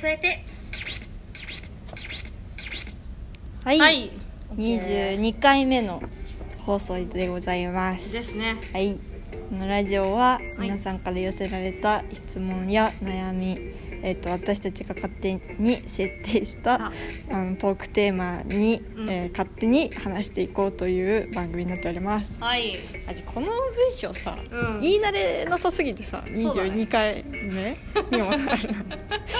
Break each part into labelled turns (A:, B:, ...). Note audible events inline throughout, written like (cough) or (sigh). A: 加えて
B: はい、
C: はい
B: 22回目の放送でございます
C: ですね
B: はいこのラジオは
C: はい
B: 皆さんから寄せられた質問や悩み、えっと私たちが勝手に設定した
C: あ
B: あのトークテーマに、
C: うん
B: えー勝手に話していこうという番組になっております
C: はい
B: あじゃあこの文章さ、
C: うん
B: 言い慣れなさすぎてさ
C: そうだね
B: 22回目にもなる (laughs)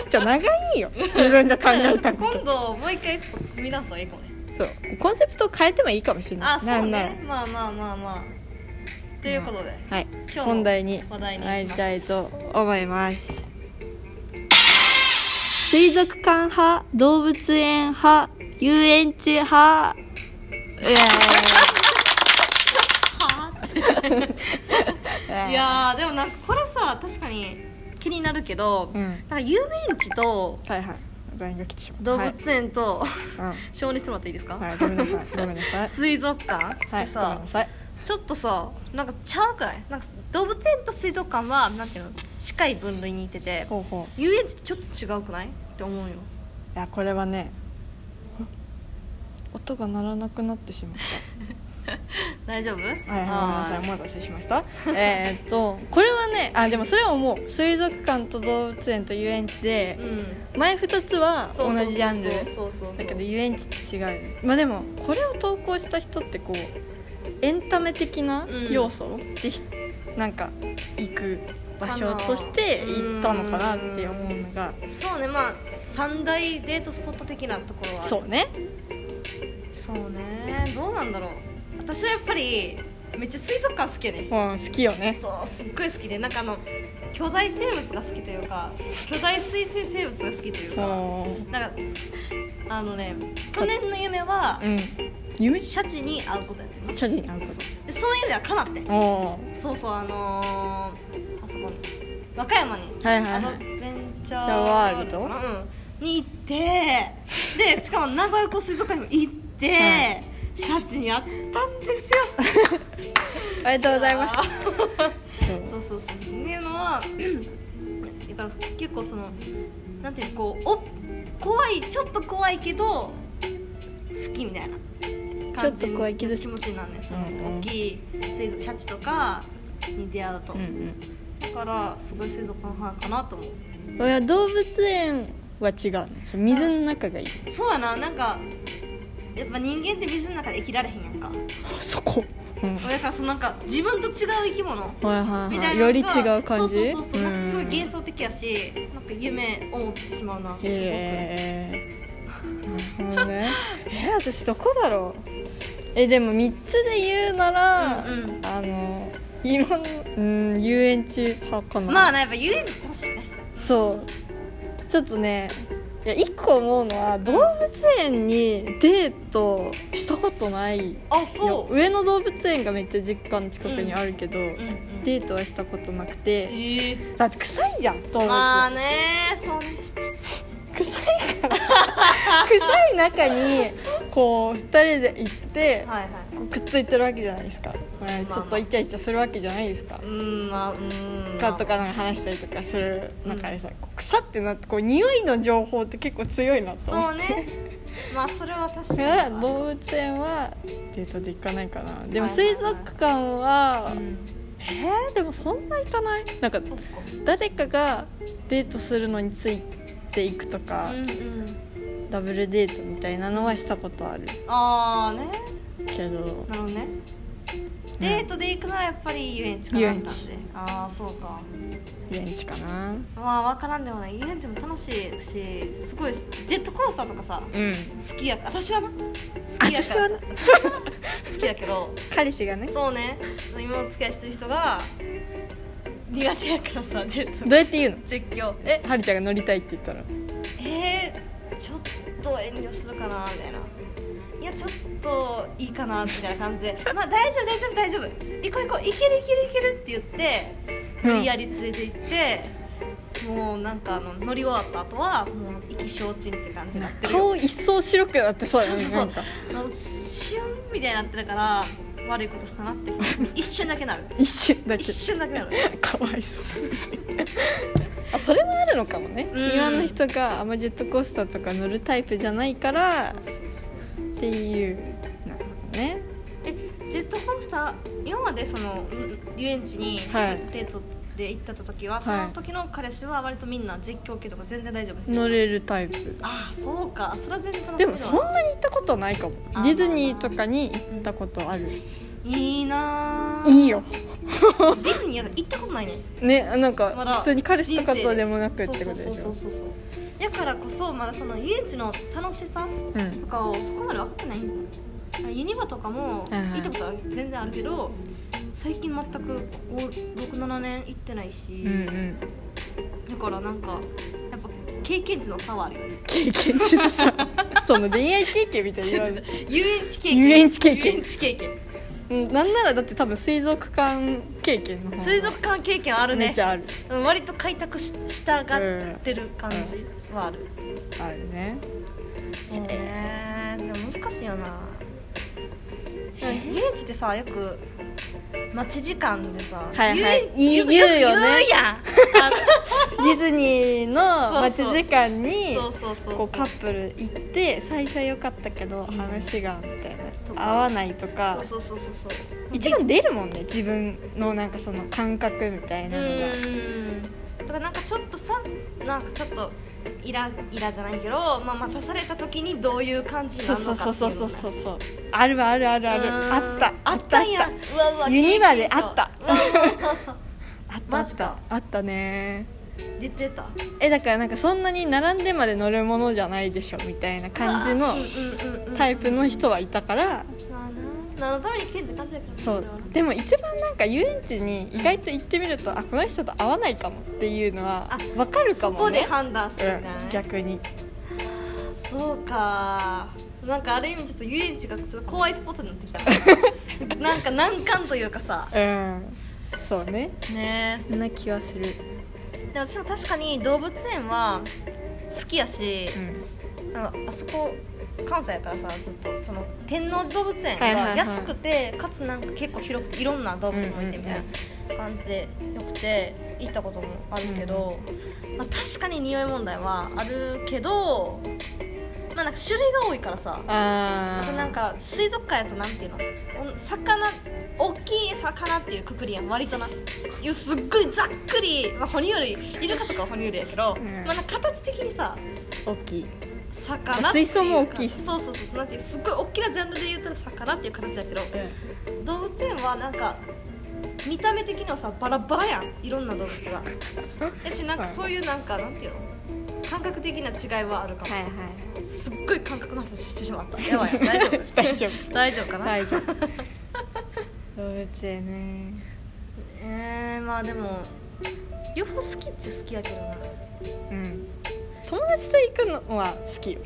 B: じゃあ長いよ自分が考えた (laughs) こと
C: 今度もう一回ちょっと組み出すわいいかもね
B: そうコンセプトを変えてもいいかもしれない
C: あそう
B: なんなら
C: ねまあまあまあまあということで、
B: はい
C: 日の
B: 本題に
C: 話題に
B: 入
C: 行
B: り
C: きましょう
B: たいと思います水族館派動物園派遊園地派いや
C: いやーでもなんかこれさ確かに気になるけど、
B: うん
C: なんか遊園地と
B: はいはい LINE が来てしまった
C: 動
B: はい
C: 物園と、
B: う
C: 承認してもらっていいですか、
B: んはいごめんなさいごめんなさい
C: 水族館
B: は
C: っ
B: い
C: て
B: ごめん
C: さ
B: な、さい
C: ちょっとさなんかちゃうくらいなんか動物園と水族館はなんていうの近い分類にいてて
B: ほうほう
C: 遊園地ってちょっと違うくないって思うよ
B: いやこれはね音が鳴らなくなってしまった
C: 大丈夫
B: はい、ごめんなさい
C: あ
B: お待たせしました
C: (laughs)
B: えーっとこれはねあでもそれは思う水族館と動物園と遊園地で
C: ーうん
B: 前2つは同
C: そうそうそうそう
B: じジャンル
C: そうそうそ
B: だ
C: う
B: けど遊園地って違うまあでもこれを投稿した人ってこうエンタメ的な
C: うん
B: 要素でひ、なんか行く場所として行ったのかなって思うのが
C: そうねまあ三大デートスポット的なところは
B: そうね
C: そうねどうなんだろう私はやっぱりめっちゃ水族館好きやね
B: うん好きよね
C: そうすっごい好きでなんかあの巨大生物が好きというか巨大水生生物が好きという
B: う
C: か
B: ん
C: なんかあのね去年の夢は
B: うん夢
C: シャチに会うことやってるの
B: 所持に合うこ
C: でその夢はかなって
B: とおー
C: そうそうあのー、あそこに和歌山に
B: はいは
C: ア
B: い
C: ド
B: はい
C: ベンチャ
B: じゃ
C: ー
B: あワールド
C: かなうん、に行ってでしかも名古屋港水族館にも行って、
B: はい
C: シャチに会ったんですよ
B: ありがとうございます
C: あ
B: そう
C: ーそうそうそうっていうのはうんだから結構そのなんていうのこうお怖いちょっと怖いけど好きみたいな感じ
B: ちょっと怖いけど好き
C: 気持ちになんねんその
B: うんうん
C: 大きい水族シャチとかに出会うと、
B: うん
C: だからすごい水族館ファンかなと思う
B: うん、俺は動物園は違うねそう水の中がいい、
C: そうやななんかやっぱ人間って水の中で生きられへんやんか
B: そこ、うん、は
C: だからそのなんか自分と違う生き物
B: いはい
C: みた
B: はいい
C: な
B: より違う感じ
C: そうそうそうそうなんかすごい幻
B: 想
C: 想的やしなんか夢を持ってしまうなすごく
B: へえなるほどねえ私どこだろうえでも3つで言うなら、
C: うんうん
B: あのいろん、うん、遊園地派かな
C: まあねやっぱ遊園地欲しいね
B: そうちょっとねいや1個思うのは動物園にデートしたことない
C: あ
B: よ
C: そう
B: 上野動物園がめっちゃ実家の近くにあるけど、
C: うんうん
B: デートはしたことなくて
C: ええ
B: だって臭いじゃん動物、
C: まあねそうね
B: 臭いから (laughs) 臭い中にこう2人で行って、
C: はいはい
B: こうくっついてるわけじゃないですか、まあ
C: まあ
B: ちょっとイチャイチャするわけじゃないですか
C: う、んまあうん
B: かとかなんか話したりとかする中でさ、こう臭ってなってこう匂いの情報って結構強いなと思
C: そ
B: っ
C: う
B: て
C: ねまあそれは確
B: だか
C: からに
B: 動物園はデートで行かないかなでも
C: はいはいは
B: 水
C: い
B: 族館は、
C: うん
B: えーでもそんな行かないなんか
C: そっか
B: 誰かがデートするのについていくとか、
C: うんうん
B: ダブルデートみたいなのはしたことある
C: ああね
B: けど
C: なるほどねデートで行くならやっぱり遊園地かな
B: 遊園地
C: って感じああそうか
B: 遊園地かな
C: まあ分からんでもない遊園地も楽しいしすごいジェットコースターとかさ
B: うん
C: 好きや私はな好きやからさ (laughs) 好きやけど
B: 彼氏がね
C: そうね今お付き合いしてる人が苦手やからさジェット
B: どうやって言うの
C: 絶叫え
B: はるちゃんが乗りたいって言ったら
C: えー、ちょっと遠慮するかなみたいないやちょっといいかなみたいな感じで「まあ大丈夫大丈夫大丈夫行こう行こう行ける行ける行ける」って言って無理やり連れて行って、もうなんかあの乗り終わった後はもう意気消沈って感じになってるよ
B: 顔一層白くなってそうや
C: そう
B: ね
C: そうそ
B: な
C: うん
B: か
C: あのシュンみたいになってるから悪いことしたなって一瞬だけなる
B: 一瞬だけ
C: 一瞬だけなる
B: かわいそうあそれもあるのかもね、
C: うん
B: 今の人があんまジェットコースターとか乗るタイプじゃないからっ
C: そうそうそう
B: ていうなるほどね
C: えジェットコースター今までそのうん遊園地に
B: はい
C: デートで行った時は、
B: い
C: その時の彼氏は割とみんな実況系とか全然大丈夫、
B: 乗れるタイプ
C: ああそうかそれは全然楽し
B: で
C: み
B: も
C: だ
B: そ
C: わ
B: んなに行ったことないかもデ
C: あー
B: ィズニーとかに行ったことある
C: いいなあ
B: いいよ
C: ディズニーなんか行ったことないね
B: ねなんか
C: まだ
B: 普通に彼氏とかとでもなくって
C: そう
B: こと
C: そう
B: でし
C: そうそ
B: ょ
C: うそうそうだからこそまだその遊園地の楽しさ
B: うん
C: とかをそこまで分かってないんだユニバとかも
B: うんうん
C: 行ったことは全然あるけど最近全くここ67年行ってないし、
B: うんうん
C: だからなんかやっぱ経験値の差はあるよね
B: 経験値
C: (laughs)
B: でさその恋愛経験みたいに言われる
C: 遊園地経
B: 遊園地経験
C: 遊園地経験
B: うんなんならだって多分水族館経験の方が
C: 水族館経験ある
B: めっ
C: ね
B: ちゃある
C: うん割と開拓ししたがってる感じはある、
B: あ
C: (laughs)
B: るね
C: そうねでも難しいよな遊園地ってさよく待ち時間でさ、
B: はいはい
C: 遊園
B: 言うよね
C: く言うやん
B: ディズニーの待ち時間に
C: そうそうそう
B: こうカップル行って最初は良かったけど
C: うん
B: 話がみたい
C: と
B: な
C: か
B: 合わないとか
C: そうそうそうそうそう
B: 一番出るもんね自分のなんかその感覚みたいうなのが
C: ーんとかなんかちょっとさなんかちょっとイライラじゃないけど、まあ、待たされた時にどういう感じにな
B: そう
C: るのか
B: そう
C: ってい
B: そう
C: の
B: そうそう
C: が
B: そうそうあるあるあるある
C: うーん
B: あった
C: あったんやうわうわ
B: ユニバであった
C: 経験者うわうわうわ
B: あったあ
C: マ
B: っ
C: ジ
B: た
C: か
B: あったね
C: 出てた
B: えだからなんかそんなに並んでまで乗るものじゃないでしょみたいな感じのタイプの人はいたから
C: まあな何のために来てんって感じだから
B: そう
C: れはな
B: でも一番なんか遊園地に意外と行ってみるとあこの人と合わないかもっていうのは
C: あ
B: わかるか
C: そ
B: も
C: こで
B: ね
C: 判断するんだよ
B: うん、
C: ね、
B: 逆に
C: そうかなんかある意味ちょっと遊園地がちょっと怖いスポットになってきたなんか難関というかさ
B: うんそうね
C: ね
B: そんな気はする
C: で私も確かに動物園は好きやし、
B: うん
C: あのあそこ関西やからさずっとその天王寺動物園
B: はいはいは
C: が
B: い
C: 安くて、かつなんか結構広くていろんな動物もいてみたいな感じでよくて行ったこともあるけど、まあ、確かに匂い問題はあるけど、まあ、なんか種類が多いからさ
B: あ
C: あと
B: ー
C: なんか水族館やとなんていうのお魚大きい魚っていうくくりやん割とないやすっごいざっくり、まあ、哺乳類イルカとかは哺乳類やけど、
B: うん
C: まあ、なんか形的にさ
B: 大きい
C: 魚
B: まあ
C: っていうか
B: 水槽も大きいし
C: そうそうそうそうなんていうすっごい大きなジャンルで言ったら魚っていう形だけど動物園はなんか見た目的にはさバラバラやんいろんな動物
B: (laughs)
C: がやしなんかそういうなんかなんていうの感覚的な違いはあるかも、
B: はいはい
C: すっごい感覚の話してしまったやばい大丈夫
B: (laughs) 大丈夫
C: 大丈夫かな、
B: 大丈夫動物園ね
C: えー、まあでも両方好きっちゃ好きやけどな
B: うん友達と行くのは好きよ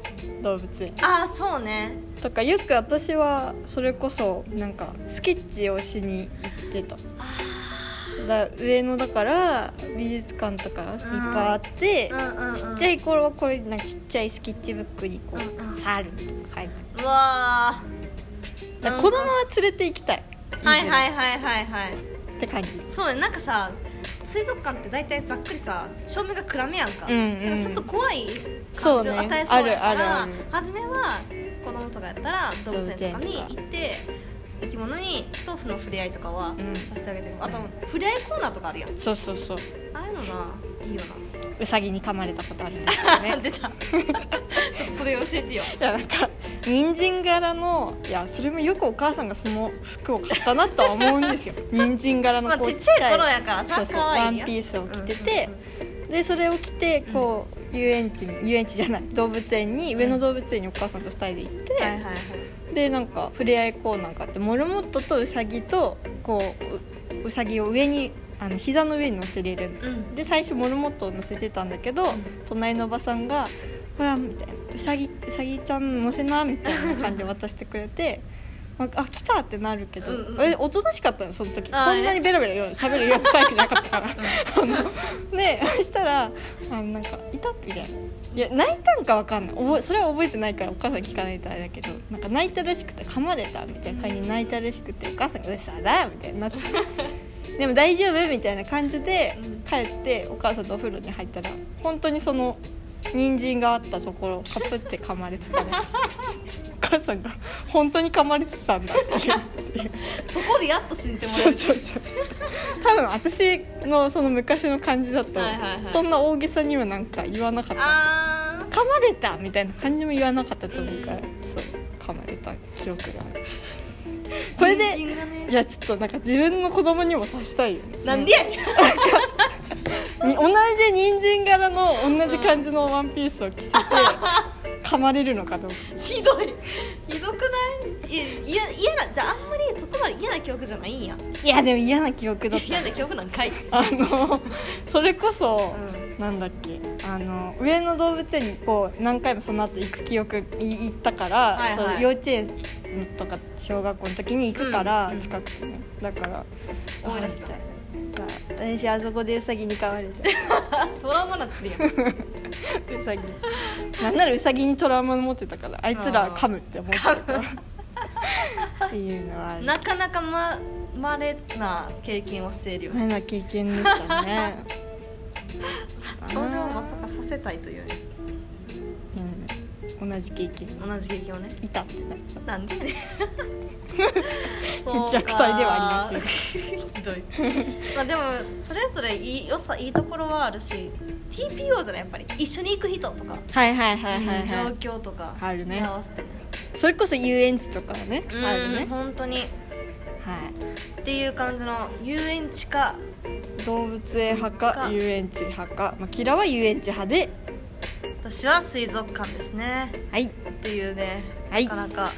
B: 動物園
C: ああそうね
B: とかよく私はそれこそなんかスケッチをしに行ってただ上野だから美術館とかいっぱいあって
C: うんうん、うん、
B: ちっちゃい頃はこれなんかちっちゃいスケッチブックにこ
C: うんう
B: うん「猿」とか書いて
C: うわー
B: あるだから子供は連れて行きたい
C: はいはいいはいはいはい
B: って感じ
C: そうねなんかさ水族館って大体ざっくりさ照明が暗めやんか,、
B: うんうん
C: ちょっと怖い
B: そ
C: 感
B: う
C: じ
B: ね
C: を与えそうやか
B: ある
C: ら、
B: あるある
C: 初めは子供とかやったら動物園とかに
B: 動物園とか
C: 行って生き物に豆腐の触れ合いとかは
B: うん
C: させてあげてる、あと触れ合いコーナーとかあるやん
B: そうそうそう
C: ああいうのないいよ
B: うさぎに噛まれたことあるんだけど
C: な、
B: ね
C: 出た (laughs) ちょっとそれ教えてよ
B: (laughs) いやなんか人参柄のいやそれもよくお母さんがその服を買ったなとは思うんですよ (laughs) 人参柄
C: ま
B: の
C: あ
B: こ
C: ち
B: う
C: っちゃい頃やからさ
B: そうそう
C: 可
B: ワ
C: 愛い
B: ン
C: やん
B: ピースを着てて、でそれを着てこう、遊園地に遊園地じゃない動物園に
C: うん
B: 上野動物園にお母さんと2人で行って、
C: はいはいはい
B: でなんか触れ合いコーナーがあってモルモットとウサギとこううウサギを上にあの膝の上に乗せれる
C: うん
B: で最初モルモットを乗せてたんだけど、隣のおばさんが「ほら」みたいな「うさぎうさぎちゃん乗せな」みたいな感じで渡してくれて。まあ、あ来たってなるけど、
C: うんうん
B: えおとなしかったのその時こ
C: あー
B: んなにベラベラよ喋るようなタイプじゃなかったから、あのでそしたらあのなんか「いた?」みたいないや泣いたんかわかんない覚えそれは覚えてないからお母さん聞かないとあれだけどなんか泣いたらしくて噛まれたみたいな感じで泣いたらしくてお母さんが「うっさだ」みたいになってでも大丈夫みたいな感じで
C: うん
B: 帰ってお母さんとお風呂に入ったら本当にその人参があったところをカプって噛まれてたんです
C: (laughs)
B: お母さんが「本当に噛まれてたんだ」っていう
C: そこでやっと信じてもらえ
B: そう
C: る
B: そうそう多分私のその昔の感じだと、
C: はいはいはい
B: そんな大げさにはなんか言わなかった
C: あー
B: 噛まれたみたいな感じも言わなかったと思うから、そう噛まれた記憶があるこれで
C: 人参がね
B: いやちょっとなんか自分の子供にもさしたいよね
C: なんでやねん
B: に同じ人参柄の同じ感じのワンピースを着せ (laughs) て、噛まれるのかどうか
C: (laughs) ひどいひどくないいやいや嫌なじゃああんまりそこまで嫌な記憶じゃないんや
B: いやでも嫌な記憶だった
C: 嫌な記憶なんかい、う
B: あのそれこそ、
C: ん、
B: なんだっけあの上野動物園にこう何回もその後行く記憶い行ったから、
C: はいはい
B: そう幼稚園とか小学校の時に行くから、
C: うんうん
B: 近くてねだから
C: 思い出した
B: あ私あそこでウサギに飼われて
C: トラウマなってるやん
B: (laughs) ウサギなんならウサギにトラウマ持ってたからあいつら噛むって思ってたから (laughs) っていうのはある
C: なかなかままれな経験をしているよね
B: 変な経験でした (laughs) ね
C: それをまさかさせたいというね
B: うん、同じ経験
C: 同じ経験をね
B: いたってなった
C: なんでやね
B: (laughs)
C: んそうか
B: 虐待ではありません
C: ひどいまあでもそれぞれいい良さいいところはあるし TPO じゃないやっぱり一緒に行く人とか、
B: はいはいはいはい、はい、
C: 状況とか
B: あるね
C: に合わせてね
B: それこそ遊園地とかはね
C: うん
B: あるね
C: 本当にっ
B: は
C: ていう感じの遊園地か
B: い動物園派か
C: か
B: 遊園地派か、まあ、キラは遊園地派で
C: 私は水族館ですね
B: はい
C: っていうね、
B: はい
C: なかなか